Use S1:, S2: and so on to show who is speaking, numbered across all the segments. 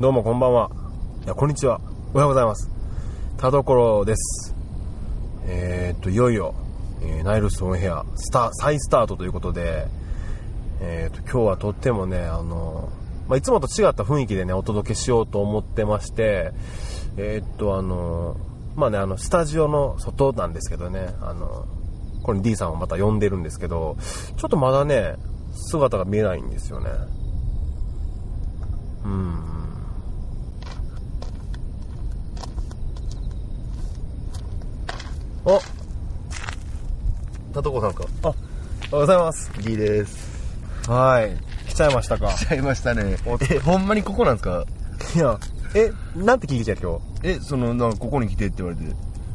S1: どうもこんばんは。いや、こんにちは。おはようございます。田所です。えー、っと、いよいよ、えーナイルスオンヘア、スタ、再スタートということで、えー、っと、今日はとってもね、あの、まあ、いつもと違った雰囲気でね、お届けしようと思ってまして、えー、っと、あの、まあね、あの、スタジオの外なんですけどね、あの、これ D さんをまた呼んでるんですけど、ちょっとまだね、姿が見えないんですよね。お
S2: 田所さんか
S1: あ、おはようございます。
S2: ギーです
S1: はい。来ちゃいましたか。
S2: 来ちゃいましたねえほんまにここなんですか
S1: いや、え、なんて聞いてた今日。
S2: えそのなんかここに来てって言われて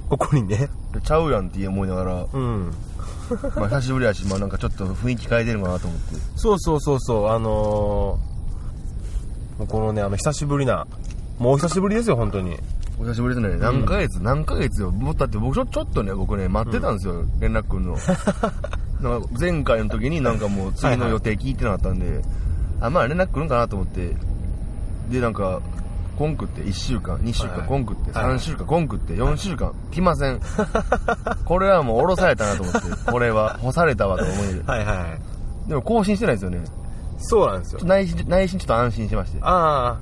S1: ここにね。
S2: ちゃうやんって思いながら、
S1: うん。
S2: まあ、久しぶりやし、まあ、なんかちょっと雰囲気変えてるかなと思って
S1: そうそうそうそう、あのー、もうこのね、あの、久しぶりな、もうお久しぶりですよ、本当に。
S2: お久しぶりですね何ヶ月、何ヶ月よもうだって僕ちょちょっとね僕ね待ってたんですよ、連絡く んのなんか前回の時になんかもう次の予定聞いてなかったんで、あまあ連絡くるんかなと思ってでなんかコンクって1週間2週
S1: はいは
S2: 間
S1: い
S2: コンクって
S1: はいはい
S2: 3週間コンクって4週間来 ませんこれはもう降ろされたなと思ってこれは干されたわと思える
S1: はいはい。
S2: でも更新してないですよね
S1: そうなんですよ
S2: ちょっと。内心内心ちょっと安心しまして
S1: あ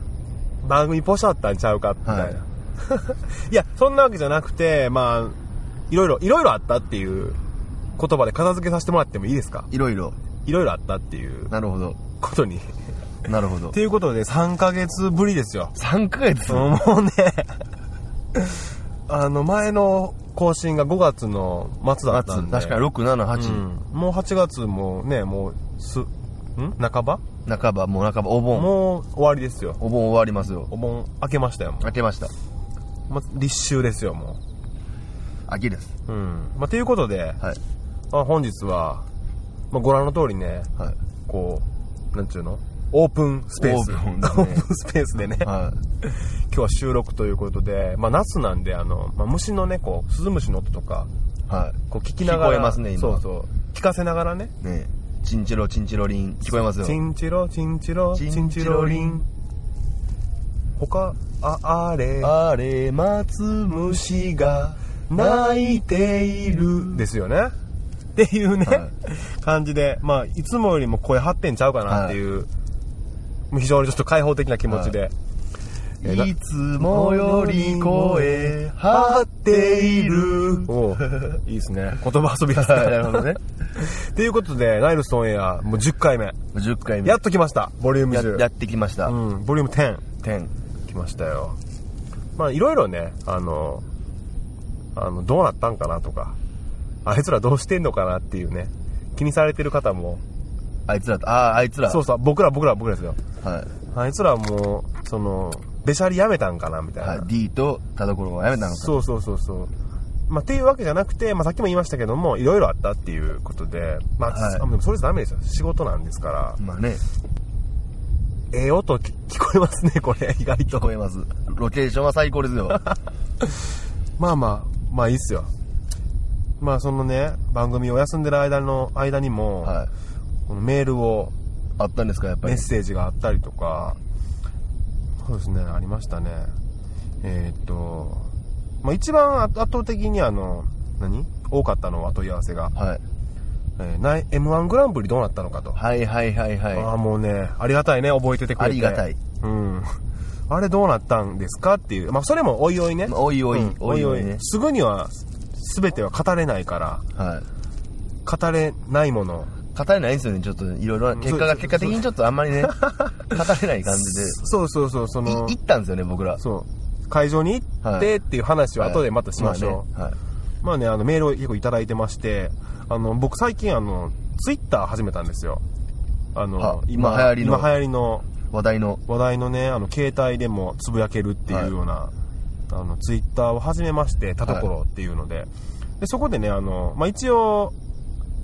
S1: あ、番組ポシャったんちゃうか、みたいな。
S2: はい い、
S1: や、そんなわけじゃなくて、まあ、いろいろ、いろいろあったっていう言葉で片付けさせてもらってもいいですか
S2: いろいろ
S1: いろいろあったっていう
S2: なるほど
S1: ことに。っ
S2: なるほど
S1: ていうことで、3ヶ月ぶりですよ。
S2: 3ヶ月
S1: もうね、あの、前の更新が5月の末だったん
S2: 確
S1: で。
S2: かに678、
S1: うんもう8月もね、もう、す、ん半ば、
S2: 半ばもう半ばお盆
S1: もう終わりですよ。
S2: お盆終わりますよ
S1: お盆明けましたよ、も
S2: 明けました
S1: う。まあ、立秋ですよ、も
S2: 秋です
S1: う。うん。まあ、ということで、
S2: はい
S1: まあ、本日は、まあ、ご覧の通りね、
S2: はい
S1: こう、なんちゅうのオープンスペース。
S2: オープンだね
S1: オープンスペースでね、今
S2: はい
S1: 日は収録ということで、まあ、夏なんで、あの、まあ、虫のね、こう、スズムシの音とか、
S2: は
S1: こう聞きながら。
S2: 聞こえますね今
S1: そうそう。聞かせながらね。
S2: いねえチンチロチンチロリン聞こえますよ
S1: チンチロ、チンチロ、チ
S2: チンチ
S1: ンチ
S2: ロ
S1: ロリン。他、あ、あれ、
S2: あれ待つ虫が
S1: 泣いている。ですよね。っていうね、
S2: は
S1: 感じで、まあ、いつもよりも声張ってんちゃうかなっていう、もう非常にちょっと開放的な気持ちで。えーない
S2: つもより声張っている
S1: おういいですね。言葉遊びです
S2: はいなるほ
S1: ね。
S2: どね
S1: ということで、ナイルスオンエア、もう10回目。
S2: 10回目
S1: やっと来ました。ボリューム
S2: や
S1: 10。
S2: やってきました、
S1: うん、ボリューム10。
S2: 10
S1: 来ましたよまあいろいろねあのあのどうなったんかなとかあいつらどうしてんのかなっていうね気にされてる方も
S2: あいつらとあああいつら
S1: そうそう僕ら僕ら僕らですよ
S2: は
S1: あいつらもうそのべしゃりやめたんかなみ
S2: い、
S1: たいな、
S2: はい、D と田所はやめたのか
S1: そうそうそうそうまあ、っていうわけじゃなくて、まあ、さっきも言いましたけども、いろいろあったっていうことで、まあ、
S2: はい
S1: あでもそれじゃダメですよ。仕事なんですから、
S2: まあね
S1: ええ音き聞こえますね、これ、意外
S2: 聞
S1: と。
S2: こえますロケーションは最高 ですよ
S1: まあまあ、まあいいっすよ。まあそのね、番組を休んでる間の、間にも、
S2: はい
S1: このメールを、
S2: あったんですかやっぱ
S1: メ
S2: り
S1: ッセージがあったりとか、そうですね、ありましたね。えーっと、まあ一番圧圧倒的にあの、何多かったのは問い合わせが、
S2: はい
S1: えーない M1 グランプリどうなったのかと。
S2: はいはいはい
S1: あ
S2: は
S1: あ、もうね、ありがたいね、覚えててくれて。
S2: ありがたい。
S1: うん。 あれどうなったんですかっていう。まあ、それもおいおいね。
S2: まあおいおい
S1: うん
S2: おいおいね
S1: すぐには、すべては語れないから、
S2: いはい
S1: 語れないもの。
S2: 語れないんですよねちょっといろいろな結果
S1: そう
S2: が結果的にちょっとあんまり ね語れない感じで
S1: そうそうそう、その
S2: い、行ったんですよね僕ら
S1: そう。会場に行っ
S2: は
S1: て
S2: い
S1: っていう話を後でまたしましょう。
S2: まあね
S1: まあね、あの、メールを結構いただいてまして、あの、僕最近あの、ツイッター始めたんですよ。あ
S2: は
S1: の、
S2: 今流行りの
S1: 今流行りの
S2: はい話題の
S1: 話題のね、あの、携帯でもつぶやけるっていうような、あの、ツイッターを始めまして、田所っていうので、で、そこでね、あの、まあ、一応、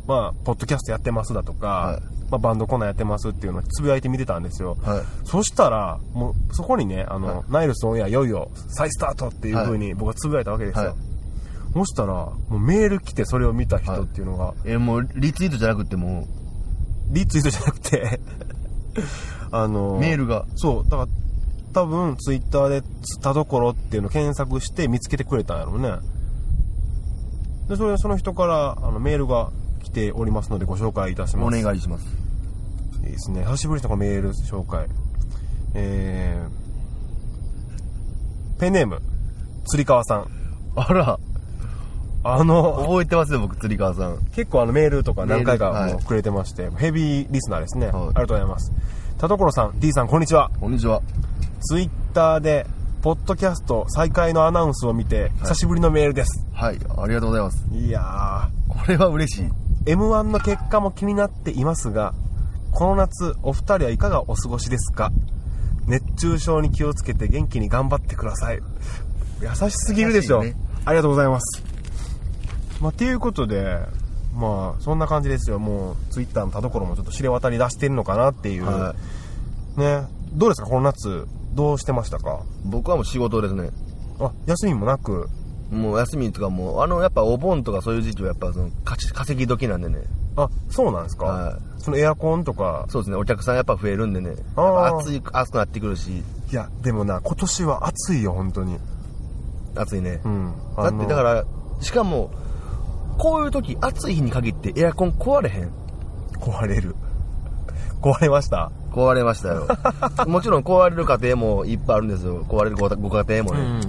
S1: まあ、ポッドキャストやってますだとか、
S2: はい
S1: まあ、バンドコーナーやってますっていうのをつぶやいてみてたんですよ。
S2: はい
S1: そしたら、もう、そこにね、あの、
S2: はい
S1: ナイルスオンエアいよいよ再スタートっていう風に僕はつぶやいたわけですよ。
S2: はい
S1: そしたら、もうメール来てそれを見た人っていうのが、
S2: えもうリツイートじゃなくても
S1: リツイートじゃなくて、あ
S2: う
S1: の、
S2: メールが
S1: そう、だから、多分ツイッターで「田所」っていうのを検索して見つけてくれたんやろうねでそれその人からあのメールが来ておりますのでご紹介いたします
S2: お願いします
S1: いいですね久しぶりのメール紹介えー、ペンネーム釣川さん
S2: あら
S1: あの
S2: 覚えてますよ僕釣川さん
S1: 結構あのメールとか何回
S2: メ
S1: か
S2: ール
S1: も
S2: は
S1: う
S2: い
S1: くれてまして、ヘビーリスナーですね、
S2: はい
S1: ありがとうございます田所さん D さんこんにちは
S2: こんにちは
S1: ツイッターでポッドキャスト再開のアナウンスを見て久しぶりのメールです、
S2: はいありがとうございます
S1: い、や
S2: これは嬉しい
S1: ー m 1の結果も気になっていますがこの夏お二人はいかがお過ごしですか熱中症に気をつけて元気に頑張ってください優しすぎるでしょ
S2: 優しいね
S1: ありがとうございますまあ、ていうことでまあそんな感じですよもうツイッターの田所もちょっと知れ渡り出してるのかなっていう、
S2: は
S1: ねどうですかこの夏どうしてましたか
S2: 僕はもう仕事ですね
S1: あ休みもなく
S2: もう休みとかもうあのやっぱお盆とかそういう時期はやっぱそのかち稼ぎ時なんでね
S1: あそうなんですか、
S2: は
S1: そのエアコンとか
S2: そうですねお客さんやっぱ増えるんでねやっ
S1: あー
S2: ぱ暑い暑くなってくるし
S1: いやでもな今年は暑いよ本当に
S2: 暑いね、
S1: うん
S2: だってだかららしかもこういう時暑い日に限ってエアコン壊れへん
S1: 壊れる 壊れました
S2: 壊れましたよもちろん壊れる家庭もいっぱいあるんですよ壊れるごご家庭もね、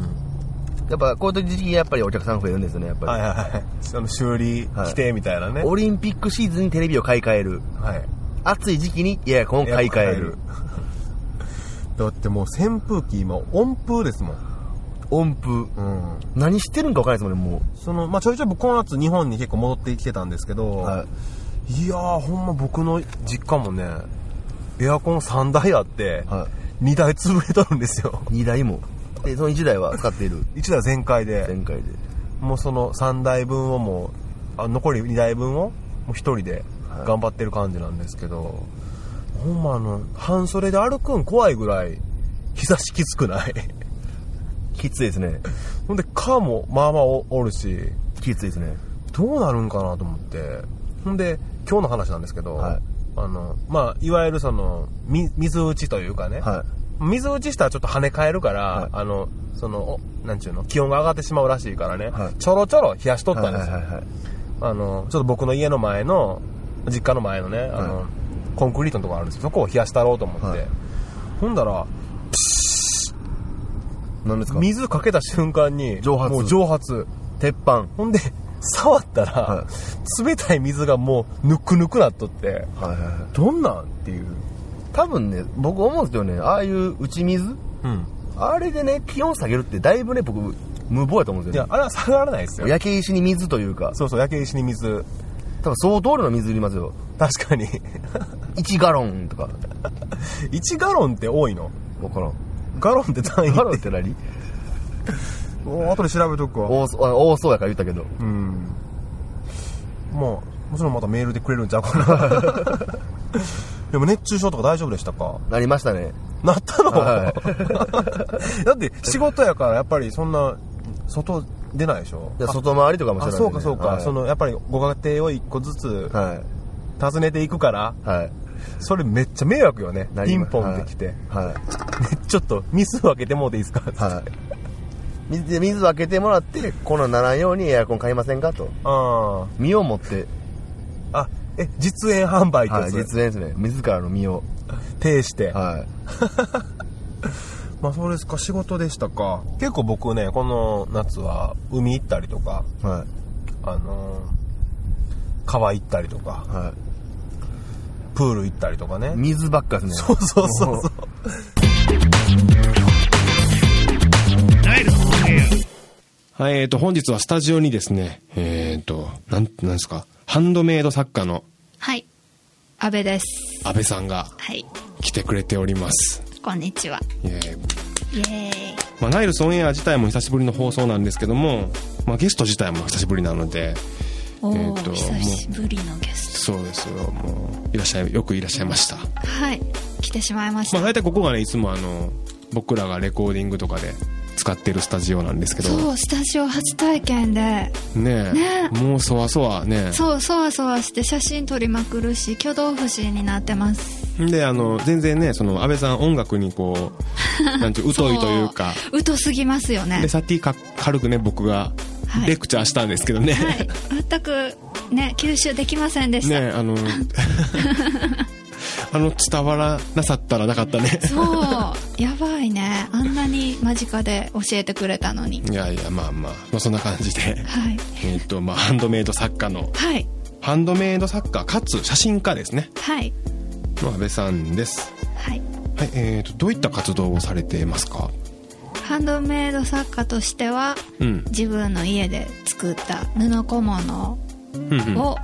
S2: やっぱこういう時期やっぱりお客さん増えるんですよねやっぱり、
S1: はいはいはいその修理規定みたいなね、
S2: オリンピックシーズンにテレビを買い替える
S1: はい
S2: 暑い時期にエアコンを買い替える
S1: だってもう扇風機今温風ですもん
S2: 音符
S1: うん
S2: 何してるんか分からないですもんねも
S1: そのまあちょいちょい僕この夏日本に結構戻ってきてたんですけど、
S2: う、はい
S1: い、やーほんま僕の実家もねエアコン3台あって、
S2: は
S1: 2台潰れとるんですよ
S2: い、2台もでその1台は使っている
S1: 1台全開で
S2: 前回で
S1: もうその3台分をもうあ残り2台分をもう1人で
S2: はい
S1: 頑張ってる感じなんですけど、ほんまあの半袖で歩くん怖いぐらい日差しきつくない
S2: きついですね
S1: ほんで蚊もまあまあおおるし
S2: きついですね
S1: どうなるんかなと思ってほんで今日の話なんですけど、
S2: はい
S1: あのまあ、いわゆるそのみ水打ちというかね、
S2: は
S1: 水打ちしたらちょっと跳ね返るから、
S2: はい
S1: あのそのおなんちゅうの気温が上がってしまうらしいからね、
S2: はい
S1: ちょろちょろ冷やしと
S2: い
S1: ったんですよ、あの、ちょっと僕の家の前の、実家の前のね、あの、
S2: はい
S1: コンクリートのとこあるんですよ。そこを冷やしたろうと思って。
S2: はい
S1: ほんだら、
S2: 何ですか
S1: 水かけた瞬間に、
S2: 蒸発
S1: もう蒸発。
S2: 鉄板
S1: ほんで、触ったら、
S2: は
S1: 冷たい水がもう、ぬくぬくなっとって、
S2: はいはいはい
S1: どんなんっていう。
S2: 多分ね僕思うんですよねああいう打ち水
S1: うん。
S2: あれでね気温下げるってだいぶね僕無謀やと思うんで
S1: い
S2: すよ
S1: や、あれは下がらないですよ
S2: ね。焼け石に水というか
S1: そうそう、焼け石に水。
S2: 多分相当量の水いりますよ
S1: 確かに。
S2: 1ガロンとか
S1: 1ガロンって多いの
S2: 分からん
S1: ガロンって単位
S2: ガロンっ
S1: って。
S2: て何
S1: お後で調べとくわ。
S2: 多そうあ多そうやから言ったけど
S1: うんまあもちろんまたメールでくれるんちゃうかな でも熱中症とか大丈夫でしたか
S2: なりましたね
S1: なったの、
S2: は
S1: だって仕事やからやっぱりそんな外出ないでしょ
S2: いや外回りとかもして
S1: あ
S2: ない
S1: そうかそうか、
S2: はい
S1: そのやっぱりご家庭を一個ずつ
S2: は
S1: 訪ねていくから
S2: いはい
S1: それめっちゃ迷惑よね
S2: なり
S1: ピ
S2: ま
S1: ンポンできて、
S2: は い
S1: ちょっとミス分けてもうていいですか、
S2: はい水で水を開けてもらってこのならんようにエアコン買いませんかと
S1: あ
S2: 身を持って、
S1: ああえ実演販売って
S2: は
S1: や
S2: い、
S1: つ、
S2: 実演ですね自らの身を
S1: 呈して、
S2: はい
S1: まあそうですか仕事でしたか結構僕ねこの夏は海行ったりとか
S2: は
S1: あのー川行ったりとか
S2: いは
S1: プール行ったりとかね
S2: い水ばっかですね
S1: そうそうそうそう
S3: はい、えっ、と、本日はスタジオにですね、えっ、と、なん、なんですか、ハンドメイド作家の
S4: はい。阿部です。
S3: 安倍さんが
S4: はい。
S3: 来てくれております。
S4: こんにちは。
S3: イエーイ
S4: イエーイ。
S3: まあ、ナイルスオンエア自体も久しぶりの放送なんですけども、まあ、ゲスト自体も久しぶりなので、
S4: おー、
S3: えーと
S4: 久しぶりのゲス
S3: そうですよ、もう、いらっしゃい、よくいらっしゃいました。
S4: ト。はい。来てしまいました。
S3: まあ、大体ここがね、いつもあの、僕らがレコーディングとかで使ってるスタジオなんですけど
S4: そうスタジオ初体験で
S3: ねえ
S4: ね
S3: もうそわそわね
S4: そうそわそわして写真撮りまくるし挙動不審になってます
S3: であの全然ねその安倍さん音楽にこう なんていう疎いというか
S4: そう疎すぎますよね
S3: でさっきか軽くね僕が
S4: はい
S3: レクチャーしたんですけど ね、
S4: はい全くね吸収できませんでし
S3: ね
S4: た、
S3: えあのあの伝わらなさったらなかった ね
S4: そうやばいねあんなに間近で教えてくれたのに
S3: いやいやまあまあ、まあ、そんな感じで
S4: はい
S3: えっとまあハンドメイド作家の
S4: はい
S3: ハンドメイド作家かつ写真家ですね
S4: はい
S3: の安倍さんです
S4: はい
S3: はいえー、とどういった活動をされてますか
S4: ハンドメイド作家としては
S3: うん
S4: 自分の家で作った布小物
S3: うんうん
S4: を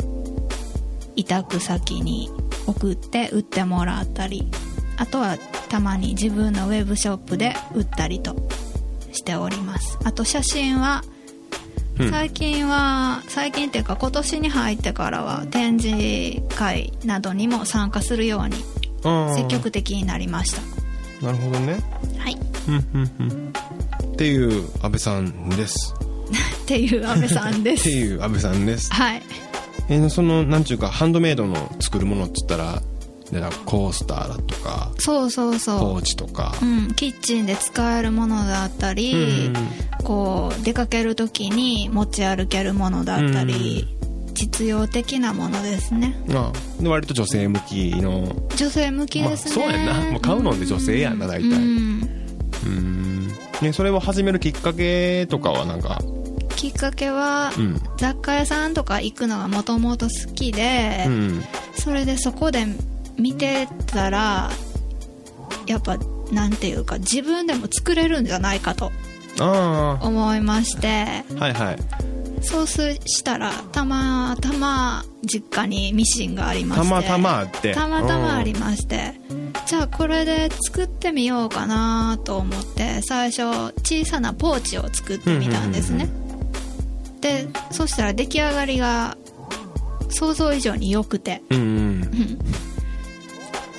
S4: 委託先に送って売ってもらったりあとはたまに自分のウェブショップで売ったりとしておりますあと写真は
S3: うん
S4: 最近は最近っていうか今年に入ってからは展示会などにも参加するように
S3: あー
S4: 積極的になりました
S3: なるほどね
S4: はいっ
S3: うんうんうんっていう安倍さんです
S4: ていう安部さんで
S3: っ
S4: す
S3: ていう安倍さんです
S4: はい
S3: えーそのなんちゅうかハンドメイドの作るものっつったらでなんかコースターだとか
S4: そうそう
S3: ポ
S4: そ
S3: ーチとか
S4: う、うん、キッチンで使えるものだった
S3: うん
S4: り、こう出かける時に持ち歩けるものだったり、実用的なものですね
S3: まあで割と女性向きの
S4: 女性向きですね、
S3: まあそうやんなもう買うのって女性やんな大体
S4: うん
S3: うん、ね、それを始めるきっかけとかはなんか
S4: きっかけは、
S3: うん
S4: 雑貨屋さんとか行くのがもともと好きで、
S3: うん
S4: それでそこで見てたらやっぱなんていうか自分でも作れるんじゃないかと
S3: あ
S4: 思いまして
S3: あはいはい
S4: そうすしたらたまたま実家にミシンがありまして
S3: たまたまあって
S4: たまたまありましてじゃあこれで作ってみようかなと思って最初小さなポーチを作ってみたんですねでそしたら出来上がりが想像以上に良くて
S3: うんうん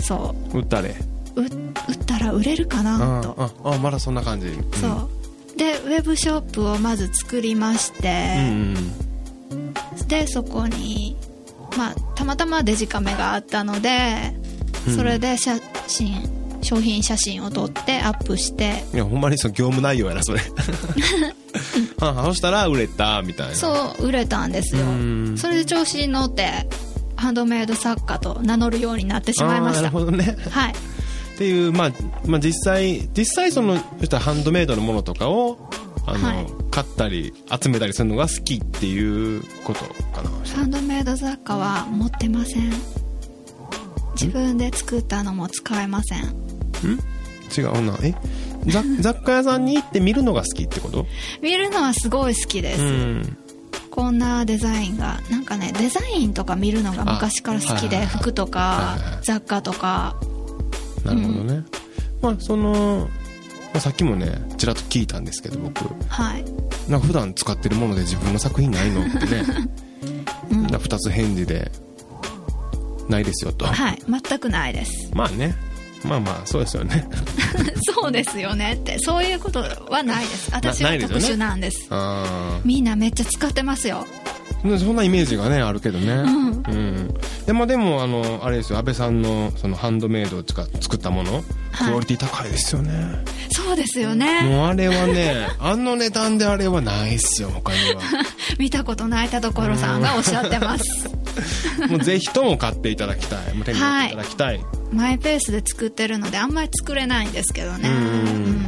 S4: そ
S3: 打ったれ
S4: うう売ったら売れるかな
S3: あ
S4: と
S3: ああまだそんな感じ
S4: そうでウェブショップをまず作りまして
S3: うん、うん
S4: でそこに、まあ、たまたまデジカメがあったのでそれで写真、商品写真を撮ってアップして
S3: いやほんまにその業務内容やなそれ はあそしたら売れたみたいな
S4: そう売れたんですよ
S3: うん
S4: それで調子に乗ってハンドメイド作家と名乗るようになってしまいまし
S3: あ
S4: た
S3: ーなるほどね
S4: はい
S3: っていう、まあ、まあ実際実際そのそしたらハンドメイドのものとかをあの、
S4: はい
S3: 買ったり集めたりするのが好きっていうことかな
S4: ハンドメイド雑貨は持ってません自分で作ったのも使えません
S3: 違うなえ雑雑貨屋さんに行って見るのが好きってこと
S4: 見るのはすごい好きです、
S3: ん
S4: こんなデザインがなんかねデザインとか見るのが昔から好き
S3: あは
S4: で
S3: いはいはい
S4: 服と
S3: は
S4: か
S3: いはいはい
S4: 雑貨とか
S3: なるほどね、まあその、まあ、さっきもねちらっと聞いたんですけど僕
S4: はい
S3: なんか普段使ってるもので自分の作品ないのってね、
S4: うん
S3: な2つ返事でないですよと
S4: はい全くないです
S3: まあねまあまあそうですよね
S4: そうですよねってそういうことはないです私
S3: な
S4: は
S3: ないです
S4: 特
S3: よね
S4: 殊なんです
S3: あ
S4: みんなめっちゃ使ってますよ
S3: あそんなイメージがねあるけどね
S4: うん
S3: うんでもでもあのあれですよ安倍さんのそのハンドメイドを使作ったもの
S4: はい
S3: クオリティ高いですよね、
S4: そうですよね
S3: もうあれはねあの値段であれはないっすよ他に
S4: 見たことない田所さんがおっしゃってます
S3: はもうぜひとも買っていただきたいもう手に取っていただきたい、
S4: マイペースで作ってるのであんまり作れないんですけどね
S3: う
S4: うんん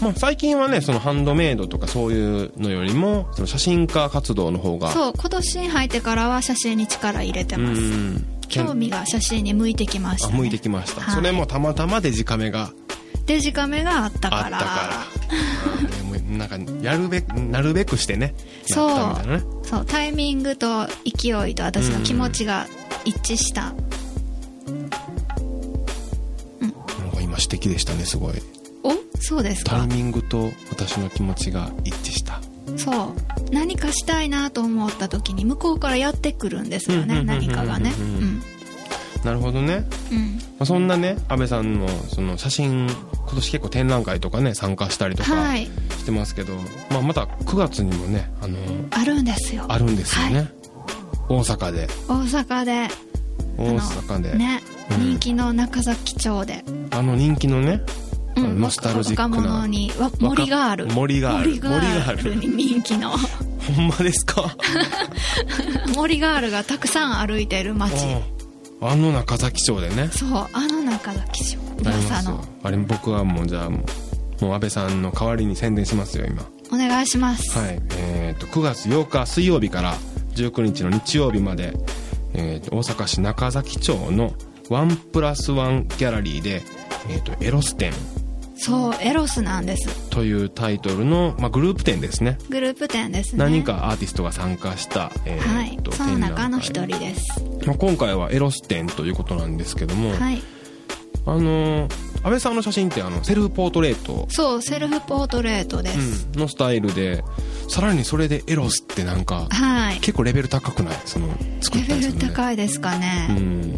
S3: まあ、最近はねそのハンドメイドとかそういうのよりもその写真家活動の方が
S4: そう今年に入ってからは写真に力入れて
S3: う
S4: ます
S3: ん
S4: 興味が写真に向いてきました、
S3: あ
S4: ね、
S3: 向いてきました、
S4: はい
S3: それもたまたまデジカメが
S4: デジカメがあった
S3: あ
S4: か
S3: った
S4: ら
S3: からうんもうなんかやるべくなるべくしてね
S4: そう
S3: なったみたいなね
S4: そうタイミングと勢いと私の気持ちが一致した、
S3: なんか今指摘でしたねすごい
S4: おそうです
S3: タイ
S4: か
S3: ミングと私の気持ちが一致した
S4: そう何かしたいなと思った時に向こうからやってくるんですよ
S3: うんうんうんうん
S4: ね
S3: うん
S4: 何かがね
S3: なるほどね、
S4: うん、うん、
S3: まあ、そんなね安倍さんのその写真今年結構展覧会とかね参加したりとか
S4: はい
S3: してますけど、まあ、また9月にもねあの
S4: あるんですよ
S3: あるんですよね、
S4: はい
S3: 大阪で
S4: 大阪で
S3: 大阪であの,、
S4: ね、
S3: うん
S4: 人気の中崎町で、
S3: 人気のね、あ
S4: う
S3: の
S4: ん、
S3: ノスタルジックな
S4: 若者にわ森がある
S3: 森がある
S4: 森があるに人気 の
S3: ほんまですか
S4: 森があるがたくさん歩いてる街
S3: うんあの中崎町でね
S4: そうあの中崎町
S3: なりま
S4: 噂
S3: すよ
S4: の
S3: あれ僕はもうじゃあもうもう安倍さんの代わりに宣伝しますよ今
S4: お願いします、
S3: はい、えー、と9月8日水曜日から19日の日曜日まで、えーと大阪市中崎町のワンプラスワンギャラリーで「えー、とエロス展
S4: そうエロスなんです」
S3: というタイトルの、まあ、グループ展ですね
S4: グループ展ですね
S3: 何人かアーティストが参加した、え
S4: は
S3: ー
S4: い
S3: と
S4: その中の一
S3: 展覧
S4: 人です
S3: 会まあ、今回はエロス展ということなんですけども、
S4: はい
S3: あのー安倍さんの写真ってあのセルフポートレート、
S4: そうセルフポートレートです、
S3: うんのスタイルでさらにそれでエロスってなんか
S4: はい
S3: 結構レベル高くないその作った
S4: レベ
S3: りす
S4: ル
S3: るね
S4: 高いですか
S3: う
S4: ね、
S3: ん、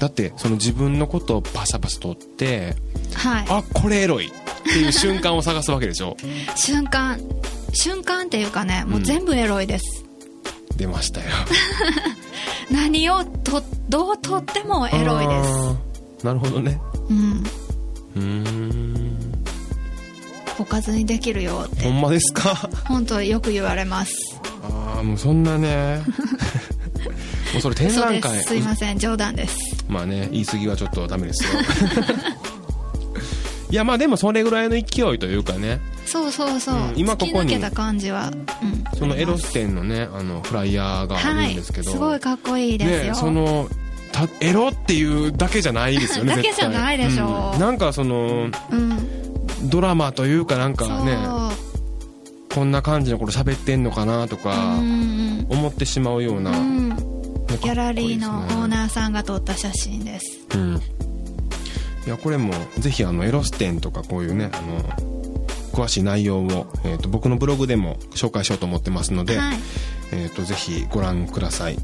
S3: だってその自分のことをパサパサ撮って
S4: はい
S3: あこれエロいっていう瞬間を探すわけでし ょ
S4: 瞬間瞬間っていうかねもううん全部エロいです、
S3: 出ましたよ
S4: 何をとどうとっても エロいです
S3: すなるほどね
S4: うん
S3: うーん
S4: おかずにできるよっ
S3: ほ
S4: て
S3: んまですか
S4: 本当よく言われます
S3: ああもうそん なねもうそれ展
S4: そう
S3: 覧
S4: です
S3: 会
S4: すいません冗談です
S3: まあね言い過ぎはちょっとダメですよ いやまあでもそれぐらいの勢いというかね
S4: そうそうそう、
S3: うん今ここに
S4: 突き抜けた感じは、うん、
S3: そのエロ
S4: あり
S3: ス店のねあのフライヤーが
S4: ます
S3: あ
S4: は
S3: るん
S4: い
S3: ですけど、
S4: すごいかっこいいですよ、
S3: ね、そのたエロっていうだけじゃないですよね
S4: だけじゃないでしょ
S3: 絶対うんなんかその
S4: うん
S3: ドラマというかなん
S4: そう、
S3: かねこんな感じのこと喋ってんのかなとか
S4: うん
S3: 思ってしまうような、
S4: う
S3: ね
S4: ん
S3: かっこいいですね
S4: ギャラリーのオーナーさんが撮った写真です
S3: うんいやこれもぜひあのエロス展とかこういうねあの詳しい内容を、えー、と僕のブログでも紹介しようと思ってますので、
S4: はい
S3: えー、とぜひご覧ください、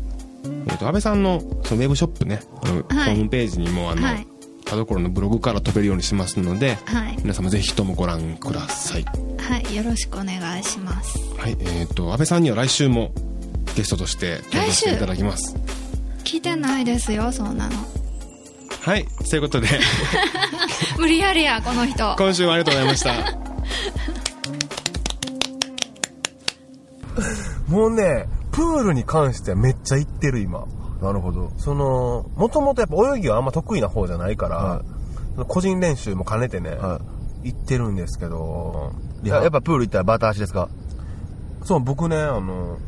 S3: えー、と安倍さんのそのウェブショップね、あのホームページにもあの、
S4: はい
S3: 田所のブログから飛べるようにしますので、
S4: はい
S3: 皆様ぜひともご覧ください
S4: はい、よろしくお願いします。
S3: はいえっ、と安倍さんには来週もゲストとして登場していただきます
S4: 聞いてないですよ、そんなの。
S3: はいということ で
S4: 無理やりや、この人。
S3: 今週もありがとうございました
S1: もうね、プールに関してはめっちゃ行ってる今。
S2: なるほど。
S1: その、もともとやっぱ泳ぎはあんま得意な方じゃないから、
S2: は
S1: その個人練習も兼ねてね、
S2: は
S1: 行ってるんですけど、
S2: いややっぱプール行ったらバタ足ですか
S1: そう、僕ね、あの、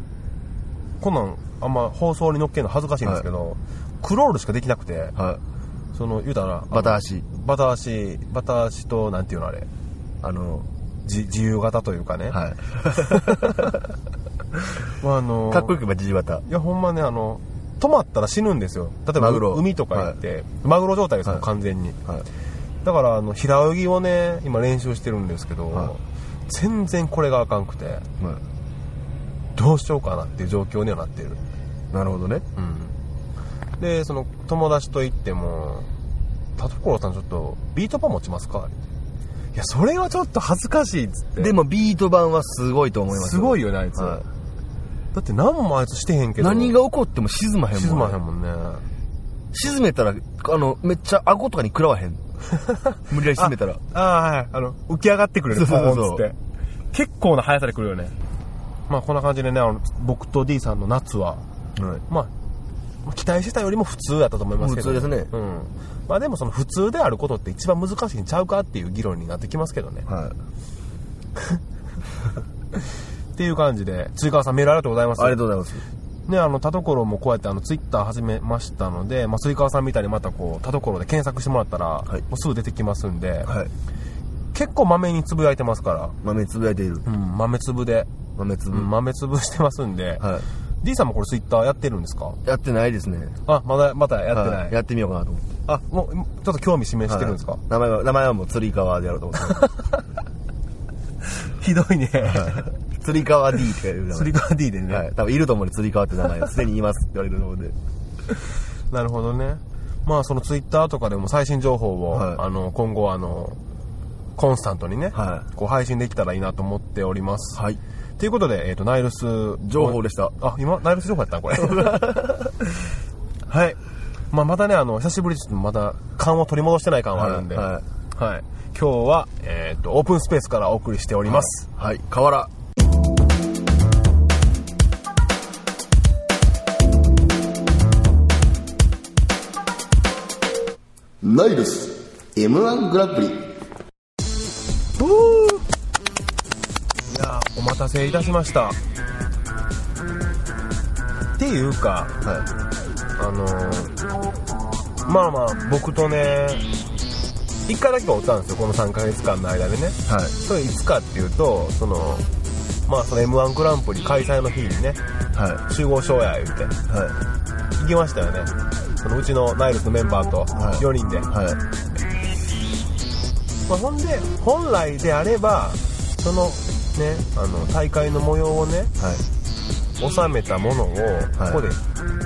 S1: こんなんあんま放送に乗っけるの恥ずかしいんですけど、クロールしかできなくて、
S2: は
S1: その、言うたら、
S2: い。バタ足。
S1: バタ足、バタ足と、なんていうのあれ、あの、じ自由形というかね、
S2: はい。
S1: まああの
S2: かっこよく言えばジジバタ。
S1: いやほんまねあの止まったら死ぬんですよ例えば
S2: マグロ
S1: 海とか行って、マグロ状態ですよ、
S2: はい
S1: 完全に
S2: はい。
S1: だからあの平泳ぎをね今練習してるんですけど、
S2: はい
S1: 全然これがあかんくて
S2: は
S1: どうしようかなっていう状況にはなっている、
S2: い。なるほどね。
S1: うん、でその友達と行っても「田所さんちょっとビートパン持ちますか?」いやそれはちょっと恥ずかしい」っつって
S2: でもビート版はすごいと思います
S1: すごいよねあいつ、
S2: は
S1: だって何もあいつしてへんけ
S2: い
S1: ど
S2: 何が起こっても沈まへんもん。
S1: 沈まへんもんね
S2: 沈めたら、あの、めっちゃ顎とかに食らわへ ん。無理やり沈めたら。
S1: ああはいあの浮き上がってくれる
S2: そうそうそう
S1: ポーンっつって結構な速さで来るよねまあこんな感じでねあの僕と D さんの夏は
S2: はい。
S1: まあ期待してたよりも普通やったと思いますけど、
S2: 普通ですね
S1: うんまあでもその普通であることって一番難しいんちゃうかっていう議論になってきますけどね
S2: はい。
S1: っていう感じで追川さんメールありがとうございます
S2: ありがとうございます。
S1: ね、あの、田所もこうやってあの、ツイッター始めましたので、まあ、スイカワさんみたいにまたこう、田所で検索してもらったら、
S2: い
S1: もうすぐ出てきますんで、
S2: はい。
S1: 結構まめにつぶやいてますから、
S2: 豆つぶやいている。
S1: うん、豆粒で、
S2: 豆つ
S1: う
S2: ぶ。
S1: ん、豆粒してますんで、
S2: は
S1: D さんもこれツイッターやってるんですか
S2: い。やってないですね。
S1: あ、まだ、まだやってない。
S2: はいやってみようかなと思って。
S1: あ、もう、ちょっと興味示してるんですか、
S2: はい名前は、名前はもう釣り革でやろうと思 ってま
S1: ひどいね。
S2: す。釣り革 D っていう名前。
S1: スリカワ D でね、
S2: はい。多分いると思うね、釣り革って 名前。すでに言いますって言われるので。
S1: なるほどね。まあ、そのツイッターとかでも最新情報を、
S2: はい
S1: あの、今後あの、コンスタントにね、
S2: は
S1: こう配信できたらいいなと思っております。
S2: はい。
S1: ということで、えっ、と、ナイルス
S2: 情報でした
S1: あ、今、ナイルス情報やったんこれ。はい。まあ、またね、あの、久しぶりにちょっとまた、感を取り戻してない感はあるんで、。
S2: はい
S1: 今日は、えっ、と、オープンスペースからお送りしております。
S2: はい。河原。
S5: ナイルス M1 グランプリ
S1: いやーお待たせいたしました。っていうか、
S2: は
S1: あのーまあまあ、僕とね、1回だけおったんですよ、この3ヶ月間の間でね。
S2: い。はい。
S1: それいつかっていうとそのまあその m 1グランプリ開催の日にね
S2: はい。
S1: 集合しようや言うて
S2: はい。
S1: 行きましたよねそのうちのナイルズのメンバーと
S2: はい
S1: 4人で、
S2: はい。
S1: まあ、ほんで本来であればそのねあの大会の模様をね
S2: はい。
S1: 収めたものをここでお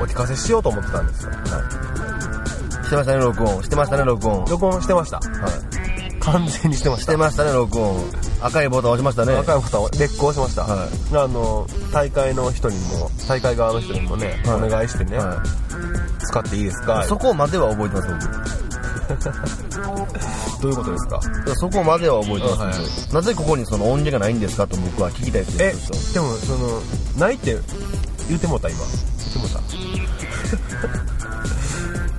S1: 聞かせしようと思ってたんですよ、
S2: してましたね、録音。してましたね、録音。
S1: 録音してました
S2: はい。
S1: 完全にしてまし
S2: したてましたね、録音。赤いボタン押しましたね。
S1: 赤いボタンを劣行しました、
S2: はい
S1: あの大会の人にも大会側の人にもね、
S2: はい
S1: お願いしてね、
S2: は
S1: 使っていいですか
S2: い。そこまでは覚えてます、僕。
S1: どういうことですか
S2: そこまでは覚えてます、
S1: うんは
S2: なぜここにその音源がないんですかと僕は聞きたいです
S1: え
S2: ねちょっ
S1: でもそのないって言うてもうた今言うてもう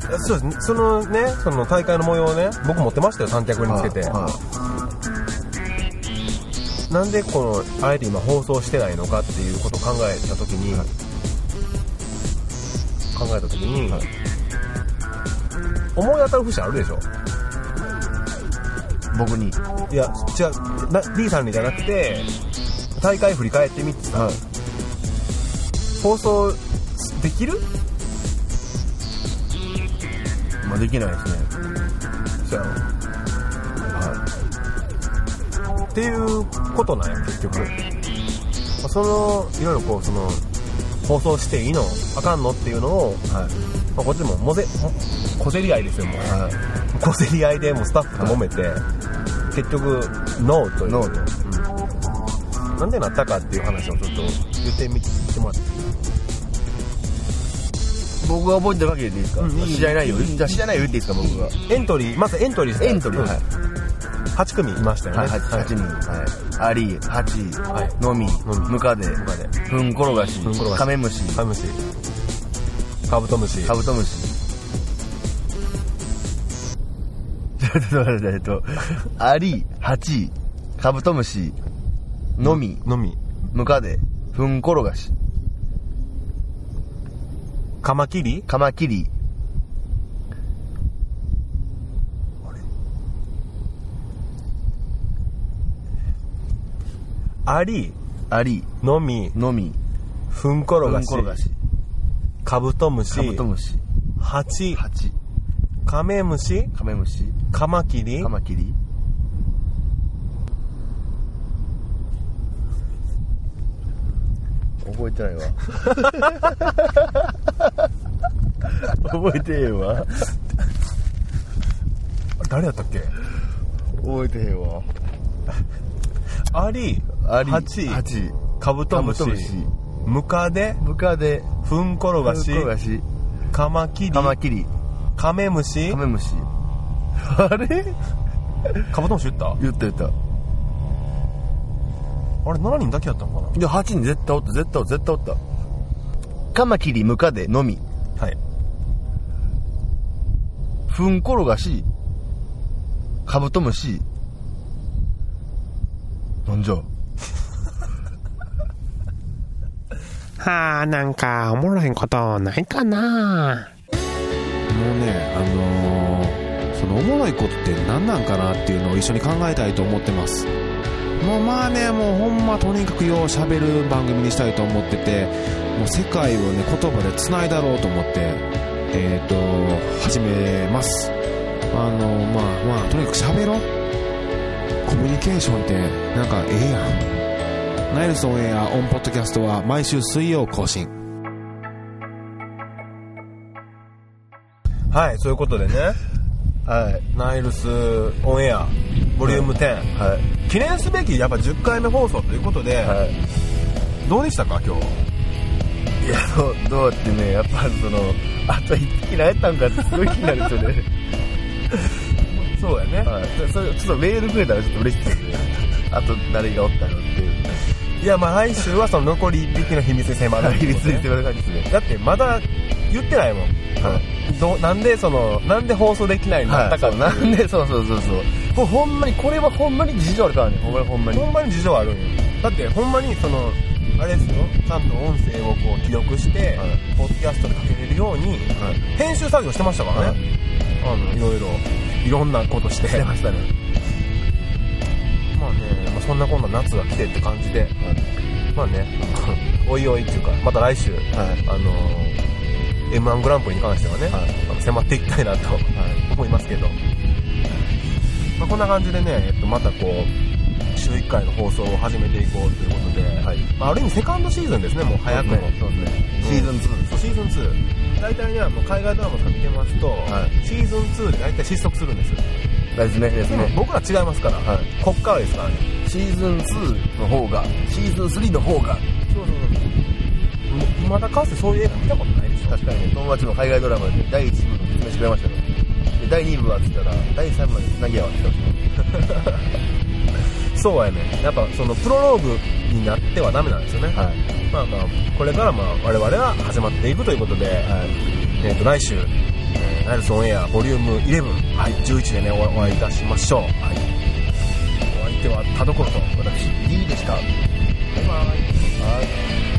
S1: たそうですねそのねその大会の模様をね僕持ってましたよ三脚につけて、
S2: とはい
S1: なんでこのあえて今放送してないのかっていうことを考えた時に、考えた時に、思い当たる節あるでしょ
S2: 僕に
S1: いや違うな D さんにじゃなくて大会振り返ってみてさ、放送できる
S2: まあできないですね
S1: そうやろっていうことなんや結局、まあそのいろいろこうその放送していいのあかんのっていうのを、
S2: はい
S1: まあ、こっちももぜも小競り合いですよもう
S2: はい
S1: 小競り合いでもうスタッフと揉めて、結局ノーという
S2: ノー
S1: うんなんでなったかっていう話をちょっと言ってみてもらって
S2: 僕が覚えてる限りでいいですか、
S1: うんいい
S2: 知らないよじゃあ知らないよ言っていいですか僕が
S1: エントリーまずエントリーですね
S2: エントリー
S1: うん
S2: はい
S1: 8組いましたよね
S2: はい、8人、はい、アリ、ハチ、
S1: はい
S2: のみ
S1: のみ、
S2: ムカデ、
S1: ムカデ
S2: フン転がし
S1: フン転が、し
S2: カメムシ、
S1: カブシカブトムシ
S2: カブトムシ。ちょっと待って、えっと、アリ、ハチ、カブトムシ、のみ、
S1: のみ
S2: ムカデ、フン転がし、
S1: カマキリ
S2: カマキリ、
S1: アリ
S2: アリ、
S1: のみ
S2: のみ、
S1: ふんこ
S2: フ
S1: ろ
S2: ン
S1: がし
S2: 転がし、
S1: カブトムシ
S2: カブトムシ、
S1: ハチ
S2: ハチ、
S1: カメムシ
S2: カメムシ、
S1: カマキリ
S2: カマキリ、覚えてないわ 覚えてへんわ
S1: 誰やったっけ
S2: 覚えてへんわ
S1: アリ
S2: アリ
S1: ハチ
S2: ハチ
S1: カブトムシ
S2: カブトムシ
S1: ムカデ
S2: ムカデ
S1: ふんころがし
S2: フン転がし
S1: カマキリ
S2: カマキリ
S1: カメムシ
S2: カメ ムシあれ
S1: カブトムシ言った
S2: 言った言った
S1: あれ7人だけやったのか
S2: で8人絶対おった絶対おった絶対おったカマキリムカデのみ
S1: なはい
S2: フン転がしカブトムシなんじゃ
S6: はあ、なんか、おもろいことないかな
S3: もうねあのーそのおもろいことって何なんかなっていうのを一緒に考えたいと思ってますもうまあねもうほんまとにかくよう喋る番組にしたいと思っててもう世界をね言葉でつないだろうと思ってえっ、と始めますあのーまあまあとにかく喋ろうコミュニケーションってなんかええやんナイルソンエアオンポッドキャストは毎週水曜更新
S1: はいそういうことでね
S2: はい
S1: ナイルスオンエアボリューム10、
S2: は
S1: 記念すべきやっぱ10回目放送ということで、
S2: いはい
S1: どうでしたか今日
S2: いやどうどうやってねやっぱそのあと一匹なれたんかってすごい気になるんですよね
S1: そうやね、
S2: はいそれちょっとメールくれたらちょっと嬉しいですねあと誰がおったのっていう
S1: い、やまあ来週はその残り1匹の秘密に迫る
S2: 秘密に
S1: ってこ
S2: 迫る感じですね
S1: とねだってまだ言ってないもん、どうなんでそのなんで放送できないようになったかっていう
S2: なんでそうそうそうそうこれほんまにこれはほんまに事情あるからねほんまにほんまに
S1: ほんまに事情あるんよだってほんまにそのあれですよちゃんと音声をこう記録して、
S2: はい
S1: ポッドキャストでかけれるように、
S2: はい
S1: 編集作業してましたからね、あのいろいろいろんなことして
S2: 出ましたね
S1: まあね、まあ、そんなこんな夏が来てって感じで、まあねおいおいっていうかまた来週、
S2: はい
S1: あの m 1グランプリに関してはね、
S2: はい
S1: あの迫っていきたいなと思いますけど、まあ、こんな感じでね、えっと、またこう週1回の放送を始めていこうということで、
S2: はい
S1: まあ、ある意味セカンドシーズンですねもう早くも、
S2: そうですねシーズン2
S1: そうシーズン2大体ねもう海外ドラマとか見てますと、
S2: はい
S1: シーズン2で大体失速するんですよ
S2: ですねです
S1: でも
S2: ね
S1: 僕ら違いますから、
S2: はい
S1: こっからですからね
S2: シーズン2の方がシーズン3の方が
S1: そうそうそうまだかつてそういう映画見たことないでしょ
S2: 確かにね友達の海外ドラマで第1部の説明してくれましたよで第2部はっつったら第3部までつなぎ合わせた
S1: そうやねやっぱそのプロローグになってはダメなんですよね、
S2: はい
S1: まあまあこれからまあ我々は始まっていくということで、えっ、と来週、えーナイルスオンエアボリューム11、はい、11でねおお会いいたしましょう、はい、お相手は田所と私 D でしたバイバイ